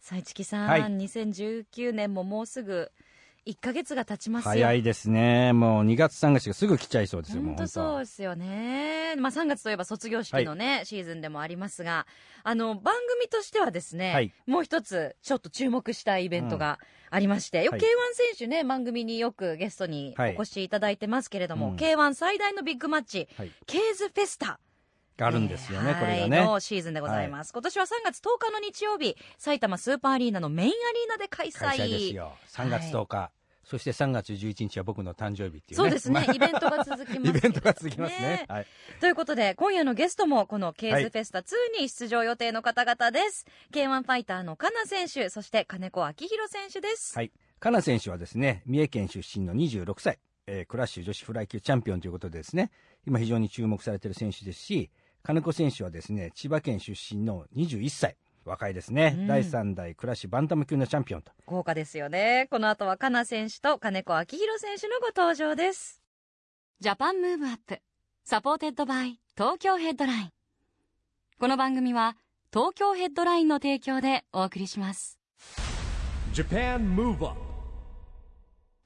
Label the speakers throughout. Speaker 1: さあ、市木さん、
Speaker 2: はい
Speaker 1: 2019年ももうすぐ1ヶ月が経ちますよ。
Speaker 2: 早いですねもう2月3月がすぐ来ちゃいそうですよも
Speaker 1: 本
Speaker 2: う
Speaker 1: 当そうですよね、まあ、3月といえば卒業式のね、シーズンでもありますがあの番組としてはですね、
Speaker 2: はい
Speaker 1: もう一つちょっと注目したいイベントがありまして、よ
Speaker 2: は
Speaker 1: K1
Speaker 2: い
Speaker 1: 選手ね番組によくゲストに
Speaker 2: はい
Speaker 1: お越しいただいてますけれども、
Speaker 2: うん
Speaker 1: K1 最大のビッグマッチ、
Speaker 2: はい
Speaker 1: ケーズフェスタ
Speaker 2: あるんですよね、
Speaker 1: はい
Speaker 2: これがね
Speaker 1: のシーズンでございます、今年は3月10日の日曜日埼玉スーパーアリーナのメインアリーナで開催
Speaker 2: 開催ですよ3月10日、そして3月11日は僕の誕生日っていうね
Speaker 1: そうですね、イベントが続きま すけれど
Speaker 2: イ
Speaker 1: もね
Speaker 2: ベントが続きますねはい、
Speaker 1: ということで今夜のゲストもこのケーズフェスタ2に出場予定の方々です、K1 ファイターのカナ選手そして金子昭弘選手です、
Speaker 2: はい、かな選手はですね三重県出身の26歳、えークラッシュ女子フライ級チャンピオンということでですね今非常に注目されている選手ですし金子選手はですね千葉県出身の21歳若いですね、
Speaker 1: うん
Speaker 2: 第3代クラッシュバンタム級のチャンピオンと
Speaker 1: 豪華ですよねこの後はカナ選手と金子昭弘選手のご登場ですジャパンムーブアップサポーテッドバイ東京ヘッドラインこの番組は東京ヘッドラインの提供でお送りします
Speaker 3: Japan Move Up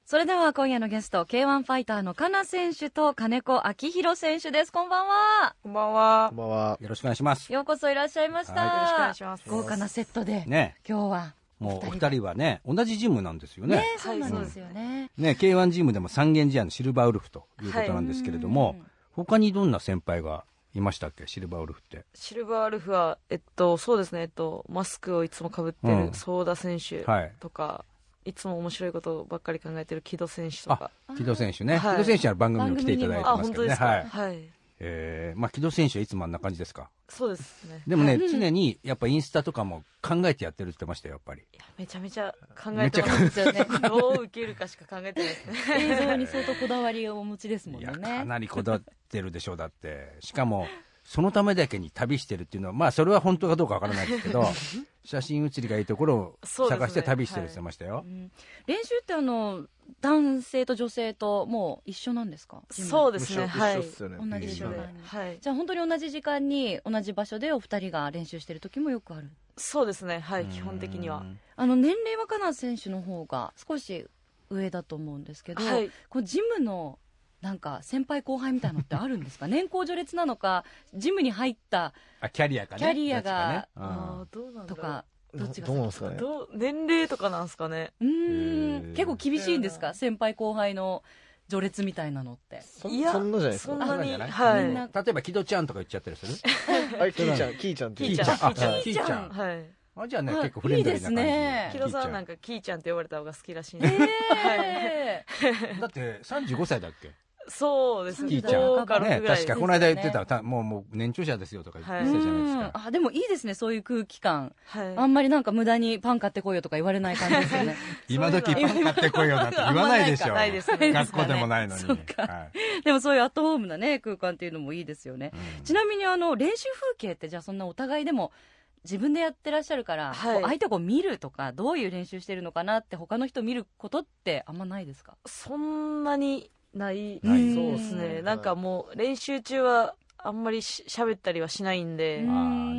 Speaker 1: それでは今夜のゲスト K1 ファイターのカナ選手と金子昭弘選手ですこんばんは
Speaker 4: こんばんは
Speaker 5: こん。ばんは。
Speaker 2: よろしくお願いします
Speaker 1: ようこそいらっしゃいました、
Speaker 2: はい
Speaker 4: よろしくお願いします。
Speaker 1: 豪華なセットで、
Speaker 2: ね
Speaker 1: 今日は
Speaker 2: もうお二人はね同じジムなんですよ
Speaker 1: ね
Speaker 2: ね
Speaker 1: そうなんですよね、
Speaker 2: ね K1 ジムでも三軒試合のシルバーウルフということなんですけれども、他にどんな先輩がいましたっけシルバーウルフって
Speaker 4: シルバーアルフは、えっと、そうですね、えっと、マスクをいつもかぶって
Speaker 2: うん
Speaker 4: るソーダ選手
Speaker 2: はい
Speaker 4: とか、い、つも面白いことばっかり考えてる木戸選手とか。
Speaker 2: 木戸選手ね、
Speaker 4: は
Speaker 2: 木
Speaker 4: い
Speaker 2: 戸選手は番組にも来ていただいて
Speaker 4: あ、
Speaker 2: ます
Speaker 4: 本
Speaker 2: け
Speaker 4: 当
Speaker 2: ど
Speaker 4: で
Speaker 2: ね、
Speaker 4: すか、
Speaker 2: は
Speaker 4: はいい、
Speaker 2: えーまあ、木戸選手はいつもあんな感じですか。
Speaker 4: そうですね。
Speaker 2: でもね、常にやっぱインスタとかも考えてやってるって言ってましたよ、やっぱり。
Speaker 4: いやめちゃめちゃ考えてますよね。どう受けるかしか考えてないですね。
Speaker 1: 映像に相当こだわりをお持ちですもん
Speaker 2: い
Speaker 1: ね
Speaker 2: や、かなりこだわってるでしょう、だって。しかも、そのためだけに旅してるっていうのは、まあ、それは本当かどうかわからないですけ ど、写真写りがいいところを
Speaker 4: そうですね
Speaker 2: 探して旅してるって言ってましたよ
Speaker 1: う。ん練習ってあの男性と女性ともう一緒なんですか
Speaker 4: そう
Speaker 1: う
Speaker 4: です
Speaker 5: 一緒
Speaker 4: ね、はい
Speaker 5: 一緒っ。すよね。
Speaker 1: 同じ
Speaker 4: 一
Speaker 1: 時
Speaker 4: 緒
Speaker 1: 間
Speaker 4: で
Speaker 1: に、
Speaker 4: はい。
Speaker 1: じゃあ本当に同じ時間に同じ場所でお二人が練習してる時もよくある
Speaker 4: そうですね、はい、基本的には。
Speaker 1: あの年齢はカナ選手の方が少し上だと思うんですけど、
Speaker 4: はい
Speaker 1: こうジムのなんか先輩後輩みたいなのってあるんですか年功序列なのかジムに入った
Speaker 2: あ、キャリアかね。
Speaker 1: キャリアが
Speaker 2: どっちかね、
Speaker 4: ーどうなん
Speaker 1: と
Speaker 4: だろ
Speaker 1: かどっちが
Speaker 5: どうなんですか
Speaker 4: う
Speaker 5: ね。
Speaker 4: どう年齢とかなんですかね。
Speaker 1: うーん
Speaker 2: へー
Speaker 1: 結構厳しいんですか先輩後輩の序列みたいなのって
Speaker 5: そ
Speaker 4: いや
Speaker 5: そんなじゃないです
Speaker 4: そ
Speaker 5: か
Speaker 4: ん。な
Speaker 2: あ
Speaker 4: に、
Speaker 2: そんなじゃ
Speaker 4: は
Speaker 1: みん
Speaker 4: い。
Speaker 1: な
Speaker 2: うん例えば、木戸ちゃんとか言っちゃったりする
Speaker 5: あれ、キーちゃん、キーちゃんっていう。
Speaker 4: キーちゃん
Speaker 2: あ、
Speaker 1: キーちゃん
Speaker 2: キーちゃん
Speaker 4: はい。
Speaker 2: あ、じゃあね、
Speaker 1: はい
Speaker 2: 結構フレンドリーな感じ。
Speaker 1: いいですね
Speaker 4: 木戸さんなん
Speaker 2: か。
Speaker 4: かキーちゃんって呼ばれた方が好きらしいん
Speaker 1: え
Speaker 4: で、
Speaker 1: え
Speaker 2: だって、35歳だっけ
Speaker 4: そうですね
Speaker 2: キーちゃん
Speaker 4: 5か
Speaker 2: ね
Speaker 4: 6ぐ、らい
Speaker 2: 確かこの間言ってた、たもうもう年長者ですよとか言っ
Speaker 4: は
Speaker 2: て
Speaker 4: い
Speaker 2: たじゃないです
Speaker 1: ー
Speaker 2: か、
Speaker 1: あでもいいですねそういう空気感あ
Speaker 4: はい
Speaker 1: んまりなんか無駄にパン買ってこいよとか言われない感じですよ ね
Speaker 2: 今時パン買ってこいよなんて言わないでしょ
Speaker 4: あんまないですね
Speaker 2: 学校でもないのに、
Speaker 1: そうか
Speaker 2: はい
Speaker 1: でもそういうアットホームなね空間っていうのもいいですよね
Speaker 2: うん
Speaker 1: ちなみにあの練習風景ってじゃあそんなお互いでも自分でやってらっしゃるから、
Speaker 4: はい
Speaker 1: こう相手をこう見るとかどういう練習してるのかなって他の人見ることってあんまないですか
Speaker 4: そんなにない
Speaker 2: ない
Speaker 4: そうです
Speaker 5: う
Speaker 4: ね
Speaker 5: ん
Speaker 4: なんかもう練習中はあんまりし喋ったりはしないんで
Speaker 2: あー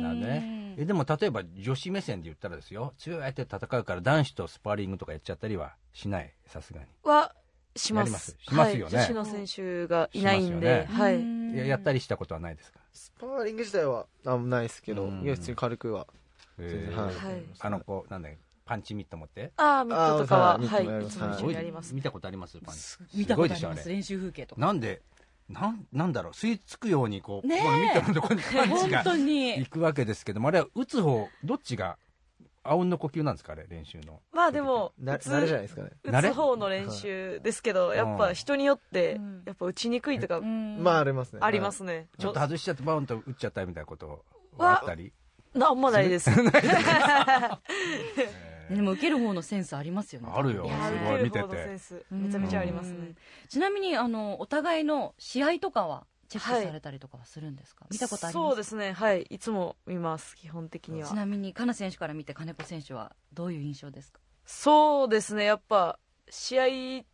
Speaker 2: なるねえでも例えば女子目線で言ったらですよ強い相手と戦うから男子とスパーリングとかやっちゃったりはしないさすがに
Speaker 4: はしま
Speaker 2: や
Speaker 4: す
Speaker 2: りますしますよね
Speaker 4: はい、女子の選手がいないん
Speaker 2: し
Speaker 4: で、
Speaker 2: ま
Speaker 4: はい
Speaker 2: いややった
Speaker 1: り
Speaker 2: りしたことはないですか、
Speaker 5: スパーリング自体は、あんまないですけど、
Speaker 2: うん
Speaker 5: いや、普通に軽くは。
Speaker 2: えー
Speaker 5: はい
Speaker 4: はい
Speaker 2: あのこうなんだよパンチミット持って
Speaker 4: ああミットとか
Speaker 5: あー
Speaker 4: はは
Speaker 5: ミットもや
Speaker 4: い
Speaker 5: り
Speaker 4: い
Speaker 5: ます
Speaker 4: つ
Speaker 5: はい
Speaker 4: も一緒にやります
Speaker 2: 見たことありますパンチ
Speaker 1: 見たことあり
Speaker 2: すごい
Speaker 1: ま
Speaker 2: でしょあ
Speaker 1: す
Speaker 2: れ
Speaker 1: 練習風景 とか
Speaker 2: なんでなんなんだろう吸い付くようにこう、
Speaker 1: ねえ
Speaker 2: ここのミットのところにパンチ
Speaker 1: 本
Speaker 2: が
Speaker 1: 当に
Speaker 2: 行くわけですけどもあれは打つ方どっちがあうんの呼吸なんですかあれ練習の
Speaker 4: まあでも
Speaker 5: な、
Speaker 4: 打つ
Speaker 5: 慣れじゃないですかね。
Speaker 2: 慣
Speaker 4: 打
Speaker 2: れ
Speaker 4: つ方の練習ですけど
Speaker 2: い
Speaker 4: やっぱ人によって
Speaker 1: うん
Speaker 4: やっぱ打ちにくいとか
Speaker 5: まあ、あ
Speaker 1: あ
Speaker 5: りますね。
Speaker 4: ありますね、
Speaker 2: ちょっと外しちゃってバウンと打っちゃったみたいなことは
Speaker 4: は
Speaker 2: あったり
Speaker 4: なあんまないです。
Speaker 1: でも受ける方のセンスありますよね
Speaker 6: あるよ
Speaker 4: い
Speaker 6: す
Speaker 4: やー
Speaker 6: ごい見
Speaker 4: 受け
Speaker 6: て
Speaker 4: る方のセ
Speaker 6: て
Speaker 4: ンスめちゃめちゃあります
Speaker 1: う
Speaker 4: ね
Speaker 1: んちなみにあのお互いの試合とかはチェックされたりとかはするんですか、見たことあります
Speaker 4: そうですねはいいつも見ます基本的には
Speaker 1: ちなみにカナ選手から見て金子選手はどういう印象ですか
Speaker 4: そうですねやっぱ試合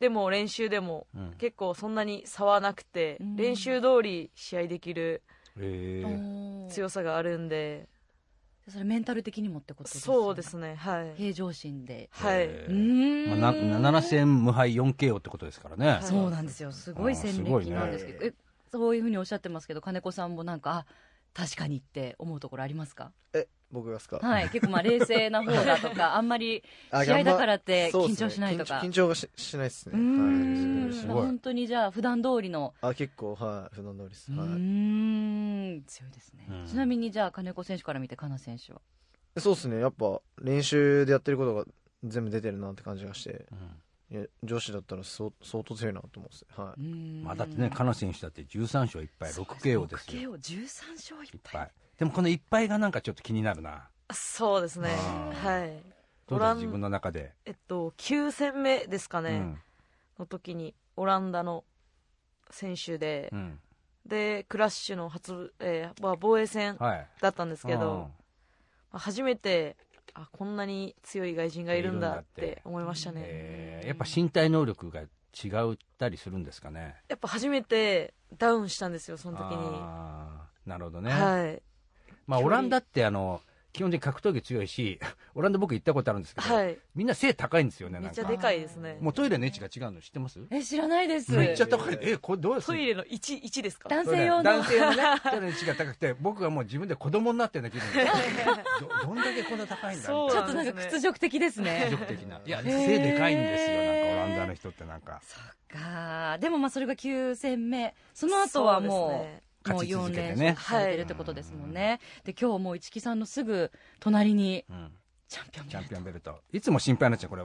Speaker 4: でも練習でも
Speaker 2: うん
Speaker 4: 結構そんなに差はなくて、
Speaker 1: うん
Speaker 4: 練習通り試合できる
Speaker 6: ええ
Speaker 1: おー
Speaker 4: 強さがあるんで、
Speaker 1: それメンタル的にもってことですよね
Speaker 4: そうですねはい、
Speaker 1: 平常心で
Speaker 4: はい、
Speaker 6: え
Speaker 1: う
Speaker 6: え
Speaker 1: ーん
Speaker 2: まあ、な7戦無敗 4KO ってことですからね、
Speaker 4: い
Speaker 1: そうなんですよすごい戦
Speaker 2: あーすごい
Speaker 1: 歴
Speaker 2: ね
Speaker 1: なんですけど、えそういうふうにおっしゃってますけど金子さんもなんかあ確かにって思うところありますか
Speaker 5: え僕がですか
Speaker 1: はい結構まあ冷静な方だとかあんまり
Speaker 5: あ
Speaker 1: 試合だか
Speaker 5: 頑張
Speaker 1: らって
Speaker 5: そうで
Speaker 1: 緊
Speaker 5: すね
Speaker 1: 張しないとか
Speaker 5: 緊張緊張がししないですね
Speaker 1: うー
Speaker 5: は
Speaker 1: ん
Speaker 5: い
Speaker 6: すごい
Speaker 1: 本当にじゃあ普段通りの
Speaker 5: あ結構はい普段通りです
Speaker 1: うー
Speaker 5: は
Speaker 1: ん強いですね、
Speaker 2: うん
Speaker 1: ちなみにじゃあ金子選手から見てカナ選手はい
Speaker 5: そうですねやっぱ練習でやってることが全部出てるなって感じがして
Speaker 2: うん
Speaker 5: いや女子だったら相相当強いなと思っては
Speaker 1: う
Speaker 5: い
Speaker 1: ーん
Speaker 2: まあ、だってねカナ選手だって13勝1敗 6KO ですよ
Speaker 1: 6KO13 勝1
Speaker 2: いっ
Speaker 1: 敗
Speaker 2: ぱいでもこの1敗がなんかちょっと気になるな
Speaker 4: そうですね
Speaker 2: あー
Speaker 4: はい
Speaker 2: どう
Speaker 4: オ
Speaker 2: だろ
Speaker 4: ラ
Speaker 2: う
Speaker 4: ン
Speaker 2: 自分の中で、
Speaker 4: えっと9戦目ですかね、
Speaker 2: うん
Speaker 4: の時にオランダの選手で、
Speaker 2: うん
Speaker 4: でクラッシュの初、えーまあ、防衛戦
Speaker 2: はい
Speaker 4: だったんですけど、
Speaker 2: うん
Speaker 4: まあ初めてあこんなに強い外人がいるんだっ
Speaker 2: いるんだって
Speaker 4: て思いましたね、
Speaker 2: えーやっぱ身体能力が違ったりするんですかね
Speaker 4: やっぱ初めてダウンしたんですよその時に、
Speaker 2: あーなるほどね、
Speaker 4: はい
Speaker 2: まあ、
Speaker 4: 距
Speaker 2: オ
Speaker 4: 離
Speaker 2: ランダってあの基本的に格闘技強いし オランダ僕行ったことあるんですけど、
Speaker 4: はい
Speaker 2: みんな背高いんですよね
Speaker 4: め
Speaker 2: な
Speaker 4: っ
Speaker 2: ん
Speaker 4: ち
Speaker 2: か
Speaker 4: ゃでかいですね
Speaker 2: もうトイレの位置が違うの知ってます
Speaker 1: え知らないです
Speaker 2: めっちゃ高いえこれどうす
Speaker 4: ト
Speaker 2: る
Speaker 4: イレの1位置ですか
Speaker 1: 男性用の
Speaker 2: 男性のねトイレの位置が高くて僕はもう自分で子供になってるよう な気分でどどんだけこんな高いんだみ
Speaker 4: そう
Speaker 1: ち
Speaker 2: た
Speaker 1: ょ
Speaker 2: いな
Speaker 1: っとなんか屈辱的です
Speaker 2: 屈
Speaker 1: ね
Speaker 2: 辱的ないや
Speaker 1: へー
Speaker 2: 背でかいんですよなんかオランダの人ってなんか
Speaker 1: そっかでもまあそれが9戦目その後は
Speaker 4: そう
Speaker 1: も
Speaker 4: ですね
Speaker 1: うもう
Speaker 2: 勝ち続
Speaker 1: 4
Speaker 2: けてね
Speaker 1: 連勝されてるってことですもんね、で今日もう市木さんのすぐ隣に
Speaker 2: うん
Speaker 1: チャンピオン
Speaker 2: チ
Speaker 1: が
Speaker 2: ャ
Speaker 1: い
Speaker 2: ン
Speaker 1: る
Speaker 2: ピオンベルトいつも心配になっちゃうこれ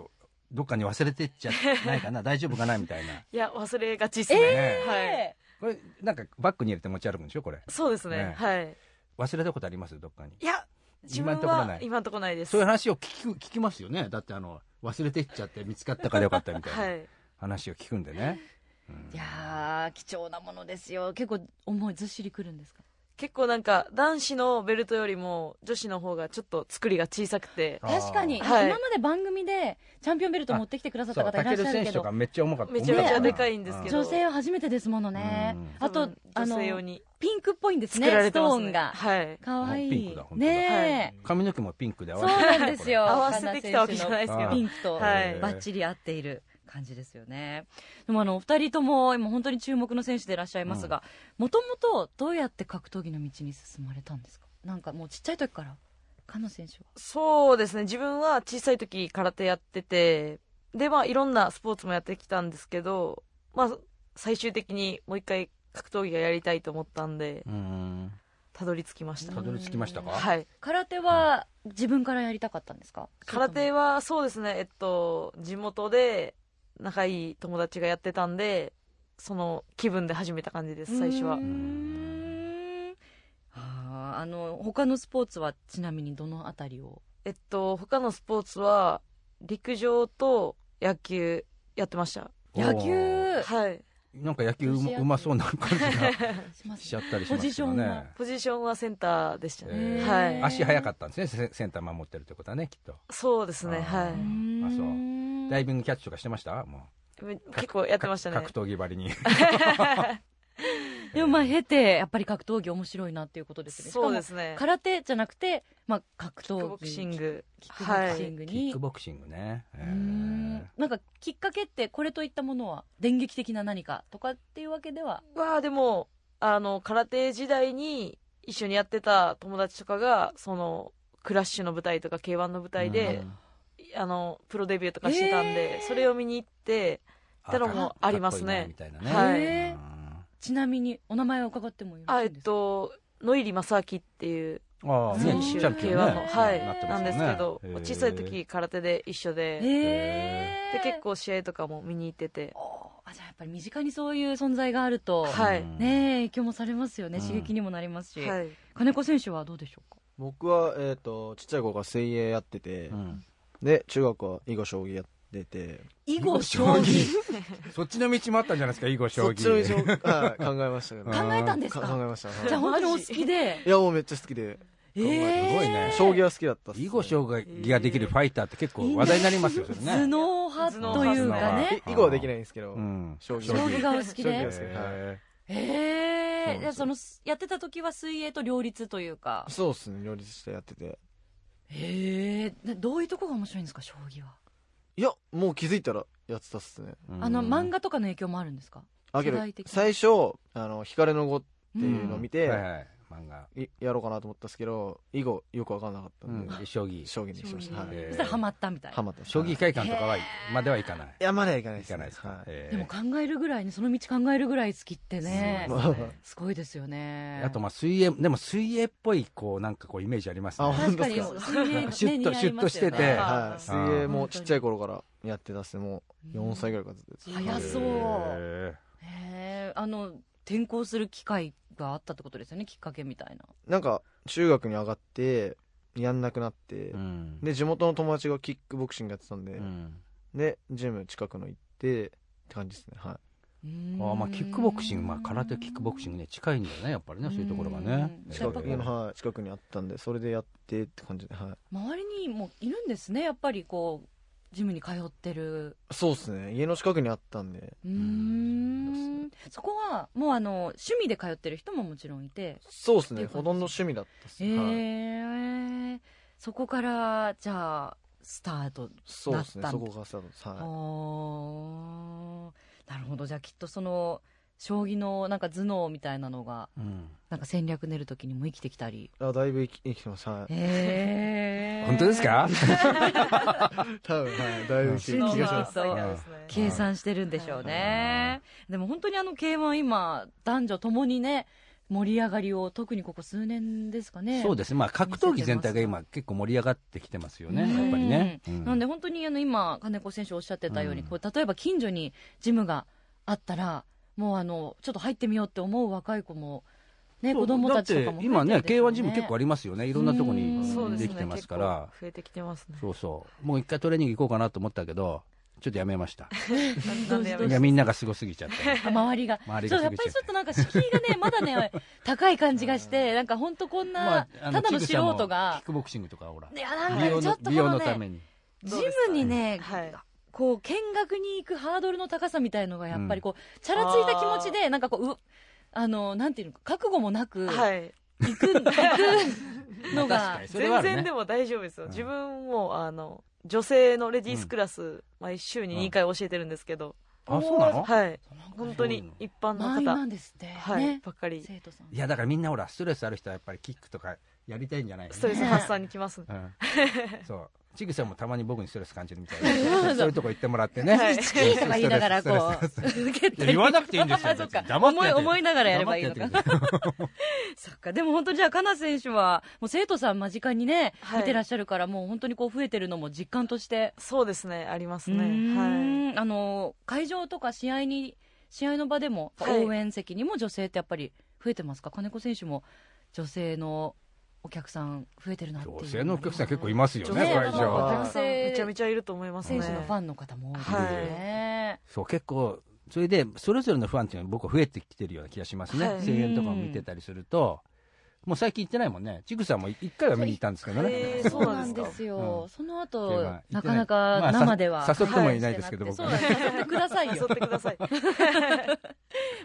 Speaker 2: どっかに忘れてっちゃない かな大丈夫かなみたいない
Speaker 4: や忘れがちですね、
Speaker 2: え
Speaker 4: はい、
Speaker 2: これなんかバッグに入れて持ち歩くんでしょこれ
Speaker 4: そうですね
Speaker 2: ね
Speaker 4: はい
Speaker 2: 忘れたことありますどっかに
Speaker 4: いや自分
Speaker 2: 今んところな
Speaker 4: はい今んとこないです
Speaker 2: そういう話を聞く聞きますよねだってあの忘れてっちゃって見つかったからよかったみたいな、
Speaker 4: はい
Speaker 2: 話を聞くんでね、うん
Speaker 1: いやー貴重なものですよ結構重いずっしりくるんですか
Speaker 4: 結構なんか男子のベルトよりも女子の方がちょっと作りが小さくて
Speaker 2: あー
Speaker 1: 確かに、
Speaker 4: はい
Speaker 1: 今まで番組でチャンピオンベルト持ってきてくださった
Speaker 2: そう
Speaker 1: 方いらっ
Speaker 2: 武
Speaker 1: し
Speaker 2: 尊
Speaker 1: ゃる
Speaker 2: 選
Speaker 1: け
Speaker 2: 手と
Speaker 1: ど
Speaker 2: かめっちゃ重かった
Speaker 4: めちゃめ
Speaker 1: ちゃ
Speaker 2: 重
Speaker 1: で
Speaker 4: かいんですけど
Speaker 1: 女性は初めてですものね
Speaker 2: うん
Speaker 1: あと
Speaker 4: 多分
Speaker 1: あ
Speaker 4: 女
Speaker 1: の
Speaker 4: 性用に
Speaker 1: ピンクっぽいんですね
Speaker 4: 作られ
Speaker 1: ス
Speaker 4: て
Speaker 1: ト
Speaker 4: ま
Speaker 1: ー
Speaker 4: すね
Speaker 1: ンが
Speaker 4: はい
Speaker 1: かわいい
Speaker 2: ピンクだ本当だ
Speaker 1: ねえ
Speaker 2: 髪の毛もピンクで合
Speaker 1: そう
Speaker 2: わせて
Speaker 1: なんですよ
Speaker 4: 合わせてきたわけじゃないですけ
Speaker 2: あ
Speaker 4: ど
Speaker 2: ー
Speaker 1: ピンクと
Speaker 4: はい
Speaker 1: バッチリ合っている感じですよね、でもあのお二人とも今本当に注目の選手でいらっしゃいますがもともとどうやって格闘技の道に進まれたんですかなんかもうちっちゃい時からカナ選手は
Speaker 4: そうですね自分は小さい時空手やっててでまあいろんなスポーツもやってきたんですけどまあ最終的にもう一回格闘技がやりたいと思ったんで
Speaker 2: うん
Speaker 4: たどり着きました
Speaker 2: たどり着きましたか、
Speaker 4: はい
Speaker 1: 空手は自分からやりたかったんですか
Speaker 4: 空手
Speaker 1: は
Speaker 4: はそうですねえっと地元で仲いい友達がやってたんでその気分で始めた感じです最初は
Speaker 1: うーんあーあの他のスポーツはちなみにどのあたり を
Speaker 4: えっと他のスポーツは陸上と野球やってました
Speaker 2: お
Speaker 1: 野
Speaker 2: ー
Speaker 1: 球
Speaker 4: はい
Speaker 2: なんか野球うまうまそうな感じが
Speaker 1: します
Speaker 2: しちゃったりしますけど
Speaker 1: ポジションは
Speaker 2: ね
Speaker 4: ポジションはセンターでしたね
Speaker 2: えー
Speaker 4: はい
Speaker 2: 足速かったんですねセセンター守ってるってことはねきっと
Speaker 4: そうです
Speaker 2: あ
Speaker 4: ね
Speaker 2: ー
Speaker 4: は
Speaker 1: うーん
Speaker 2: あダイビングキャッチとかしてましたも
Speaker 4: いめ結構やってました
Speaker 2: う
Speaker 4: ね
Speaker 2: 格闘技ばりに
Speaker 1: でもまあ経てやっぱり格闘技面白いなっていうことですね
Speaker 4: そうですすね
Speaker 1: 空手じゃなくて、まあ、格
Speaker 4: キ
Speaker 1: 闘
Speaker 4: ッ
Speaker 1: 技
Speaker 4: クボクシング
Speaker 1: キックボクシング
Speaker 2: キ
Speaker 1: に、
Speaker 2: ックボクシングねえ
Speaker 1: う
Speaker 2: ー
Speaker 1: ーんなんかきっかけってこれといったものは電撃的な何かとかっていうわけでは
Speaker 4: はでもあの空手時代に一緒にやってた友達とかがそのクラッシュの舞台とか k 1の舞台で、あのプロデビューとかしてたん
Speaker 1: え
Speaker 4: で、
Speaker 1: ー
Speaker 4: それを見に行って
Speaker 2: あ
Speaker 4: ってのもありますね
Speaker 2: かっこいいなみたいなね、
Speaker 4: はい
Speaker 1: えー
Speaker 2: あ
Speaker 1: ちなみにお名前を伺ってもよろ
Speaker 4: あ
Speaker 1: し
Speaker 4: え
Speaker 1: い
Speaker 4: っ
Speaker 1: ですか
Speaker 4: と野入正明っていう
Speaker 2: あ
Speaker 1: そう
Speaker 2: ね、ちっちゃい時
Speaker 4: K1
Speaker 2: は
Speaker 4: の、
Speaker 2: ね
Speaker 4: はい
Speaker 2: ってま
Speaker 4: なんです
Speaker 2: もんね
Speaker 4: けど、
Speaker 2: へー
Speaker 4: 小さい時空手で一緒で,、
Speaker 1: え
Speaker 4: で結構試合とかも見に行ってて
Speaker 1: 構あじゃあやっぱり身近にそういう存在があると、
Speaker 4: はい
Speaker 2: うん
Speaker 1: ねえ影響もされますよね、
Speaker 2: うん
Speaker 1: 刺激にもなりますし、
Speaker 4: はい
Speaker 1: 金子選手はどうでしょうか
Speaker 5: 僕はえっとちっちゃい頃から水泳やってて
Speaker 2: うん
Speaker 5: で中学は囲碁将棋やってて
Speaker 4: 囲碁将
Speaker 2: 囲碁将
Speaker 4: 棋
Speaker 2: そっちの道もあったんじゃないですか、囲碁将
Speaker 5: そっちの道
Speaker 2: 棋。
Speaker 5: をはい考えましたけど
Speaker 2: あ
Speaker 5: か
Speaker 1: 考えたんです
Speaker 5: 考
Speaker 1: か
Speaker 5: えましたはい
Speaker 1: じゃあ本当にお好き で
Speaker 5: いやもうめっちゃ好きで
Speaker 2: す
Speaker 4: え
Speaker 2: ごいね
Speaker 5: 将棋は好きだったっすね
Speaker 2: 囲碁将棋ができるファイターって結構話題になりますよ、それね。
Speaker 1: 頭脳派というかね
Speaker 5: え囲碁はできないんですけど
Speaker 2: うん
Speaker 5: 将棋
Speaker 1: 将棋がお好き
Speaker 5: 将棋
Speaker 1: で
Speaker 5: が好きですはい
Speaker 2: へ
Speaker 1: え
Speaker 2: そうな
Speaker 1: え
Speaker 2: んですよ
Speaker 1: じゃあそのやってた時は水泳と両立というか
Speaker 5: そうっすね両立してやってて
Speaker 1: ええどういうとこが面白いんですか将棋は、
Speaker 5: いやもう気づいたらやってたっすね
Speaker 2: ー
Speaker 1: あの
Speaker 2: うん
Speaker 1: 漫画とかの影響もあるんですか
Speaker 5: あけど
Speaker 1: 世代的に
Speaker 5: 最初あの光の碁っていうのを見て、
Speaker 2: はいはい漫画。
Speaker 5: いやろうかなと思ったんですけど囲碁よく分かんなかった
Speaker 2: うん
Speaker 5: で、
Speaker 2: ん、将棋。
Speaker 5: 将棋にしましたは
Speaker 1: 将棋
Speaker 5: い
Speaker 2: えー
Speaker 1: そしたらハマったみたい
Speaker 5: ハ
Speaker 1: な
Speaker 5: マってます
Speaker 2: 将棋
Speaker 5: はい
Speaker 2: 会館とかは、まではいかない。
Speaker 5: いやまだいかない
Speaker 2: い
Speaker 5: ですね
Speaker 2: かないですか
Speaker 5: は。い
Speaker 2: えー
Speaker 1: でも考えるぐらいねその道考えるぐらい好きってね
Speaker 5: そうですね
Speaker 1: すごいですよね
Speaker 2: あとまあ水泳、でも水泳っぽい、こう、なんかこう、イメージありますね
Speaker 5: あ。本
Speaker 1: 確かに
Speaker 5: 本当
Speaker 1: 水泳ね
Speaker 2: シュッと
Speaker 1: 似合いますよね
Speaker 2: シュッとしてて
Speaker 5: は、
Speaker 4: はいい
Speaker 5: 水泳もちっちゃい頃からやってたっすねもう4歳ぐらいからずっとやって
Speaker 1: うん早そう
Speaker 2: へー
Speaker 1: へえあの転校する機会があったってことですよねきっかけみたいな
Speaker 5: なんか中学に上がってやんなくなって、
Speaker 2: うん
Speaker 5: で地元の友達がキックボクシングやってたんで、
Speaker 2: うん
Speaker 5: でジム近くの行ってって感じですねはい
Speaker 2: あーまあキックボクシング、まあ、空手キックボクシングね近いんだよねやっぱりねそういうところがね
Speaker 1: うん
Speaker 2: えー
Speaker 1: や
Speaker 5: 近
Speaker 1: っぱ
Speaker 5: く家の、はい、近くにあったんでそれでやってって感じでは
Speaker 1: 周りにもいるんですねやっぱりこうジムに通ってる
Speaker 5: いそうっすね家の近くにあったんで
Speaker 1: うーんそこはもうあの趣味で通ってる人ももちろんいて
Speaker 5: そうっす
Speaker 1: ってい
Speaker 5: ね
Speaker 1: う感じ
Speaker 5: ほとんど趣味だったっす
Speaker 1: へ
Speaker 5: ね、
Speaker 1: え
Speaker 5: はい、
Speaker 1: そこからじゃあスタート
Speaker 5: そうっすね
Speaker 1: だった
Speaker 5: そ
Speaker 1: んだ
Speaker 5: こがスタートです
Speaker 1: あ
Speaker 5: は
Speaker 1: ーなるほどじゃあきっとその将棋のなんか頭脳みたいなのが
Speaker 2: うん
Speaker 1: なんか戦略練る時にも生きてきたり
Speaker 5: いあだいぶ生き生きてますはい
Speaker 1: へえ
Speaker 2: 本当ですか
Speaker 5: 多分はいだいぶ生きて
Speaker 1: う
Speaker 5: る
Speaker 1: ん
Speaker 5: 気がします
Speaker 1: そうそう計算してるんでしょうね、でも本当にあの k 1今男女ともにね盛り上がりを特にここ数年ですかね
Speaker 2: そうですね、まあ、格闘技全体が今結構盛り上がってきてますよね
Speaker 1: うん
Speaker 2: やっぱりね、う
Speaker 1: なんで本当にあの今金子選手おっしゃってたように、こう例えば近所にジムがあったらもうあのちょっと入ってみようって思う若い子もね
Speaker 2: そう
Speaker 1: 子供たちとか
Speaker 2: だ
Speaker 1: も
Speaker 2: って今ね k 1ジム結構あ
Speaker 1: り
Speaker 2: りますよねいろんなとこ
Speaker 1: う
Speaker 2: に
Speaker 1: ん
Speaker 4: そうですね
Speaker 2: できてますから
Speaker 4: 結構増えてきてますね
Speaker 2: そうそうもう一回トレーニング行こうかなと思ったけどちょっとやめました
Speaker 4: なんでやめ
Speaker 2: い
Speaker 4: た
Speaker 2: やみんながすごすぎちゃって
Speaker 1: 周りが
Speaker 2: 周り
Speaker 1: そ
Speaker 2: が
Speaker 1: うや
Speaker 2: すぎ
Speaker 1: っぱ
Speaker 2: ちゃ
Speaker 1: り
Speaker 2: っ
Speaker 1: ちょ
Speaker 2: て
Speaker 1: っとなんか敷居がねま だね高い感じがしてなんか本当こんな、
Speaker 2: まああ
Speaker 1: ただの素
Speaker 2: ちぐさも
Speaker 1: 人が
Speaker 2: キックボクシングとかほら
Speaker 1: いやなん
Speaker 2: 美容
Speaker 1: かちょ
Speaker 2: の
Speaker 1: っとこ
Speaker 2: 美容
Speaker 1: の
Speaker 2: のた
Speaker 1: ね
Speaker 2: めに
Speaker 1: ジムにね、
Speaker 4: はい
Speaker 1: こう見学に行くハードルの高さみたいのがやっぱりこう、チャラついた気持ちでなんかこううあのなんていうのか覚悟もなく行
Speaker 4: はい
Speaker 1: く,、行くの
Speaker 2: 確
Speaker 1: が
Speaker 2: かにそれはあ
Speaker 4: 全
Speaker 2: るね
Speaker 4: 然でも大丈夫ですよ、
Speaker 2: うん
Speaker 4: 自分もあの女性のレディースクラス、毎週に2回教えてるんですけど、
Speaker 2: あそうなの
Speaker 4: はい
Speaker 2: なんか
Speaker 4: 本当
Speaker 2: そういう
Speaker 4: に
Speaker 2: の
Speaker 4: 一般の
Speaker 1: 満員な
Speaker 4: 方
Speaker 1: んですって、
Speaker 4: はい、
Speaker 1: ね
Speaker 4: ばっかり
Speaker 1: 生徒さん
Speaker 2: いやだからみんなほらストレスある人はやっぱりキックとかやりたいんじゃない
Speaker 4: ストレス発散に来ますね
Speaker 2: うんそうちぐさもたまに僕にストレス感じるみたい
Speaker 1: そうそ
Speaker 2: な
Speaker 1: う
Speaker 2: そういうとこ行ってもらってね、
Speaker 4: はい
Speaker 2: うん
Speaker 1: チキーとか言いながらこ
Speaker 2: ストレスストレス
Speaker 1: う蹴っ
Speaker 2: いや
Speaker 1: たり
Speaker 2: 言わなくていいん ですよ
Speaker 1: そっか
Speaker 2: 別に黙って
Speaker 1: 思い
Speaker 2: やって
Speaker 1: 思いながらやればいいの
Speaker 2: 黙
Speaker 1: か
Speaker 2: ってやってる
Speaker 1: そっかでも本当にじゃあかな選手はもう生徒さん間近にね、
Speaker 4: はい
Speaker 1: 見てらっしゃるからもう本当にこう増えてるのも実感として
Speaker 4: そうですねあります
Speaker 1: う
Speaker 4: ねはい
Speaker 1: ーんあの会場とか試合に試合の場でも
Speaker 4: はい
Speaker 1: 応援席にも女性ってやっぱり増えてますか、金子選手も女性のお客さん増えてるなっていう
Speaker 2: 女性のお客さん結構いますよね
Speaker 4: 女性の
Speaker 2: 会場
Speaker 5: は
Speaker 2: は
Speaker 5: あ
Speaker 1: 学
Speaker 4: めちゃ
Speaker 1: 生
Speaker 4: めちゃいると思います
Speaker 1: 選
Speaker 4: ね
Speaker 1: 手のファンの方も多いですよね、
Speaker 2: そう結構それでそれぞれのファンっていうのは僕は増えてきてるような気がしますね、
Speaker 4: はい
Speaker 2: 声援とかも見てたりするともう最近行ってないもんねちぐさも一回は見に行ったんですけどね、
Speaker 4: へーそう
Speaker 1: そう
Speaker 4: な
Speaker 1: なんん
Speaker 4: です
Speaker 1: で
Speaker 4: か
Speaker 1: すよ、
Speaker 2: うん
Speaker 1: その
Speaker 2: いや
Speaker 1: 後
Speaker 2: まあ
Speaker 1: なかなか生では、
Speaker 2: まあさ誘ってもいないですけど
Speaker 1: はい
Speaker 2: 僕は
Speaker 1: そうなんです誘ってくださいよ
Speaker 4: 誘ってください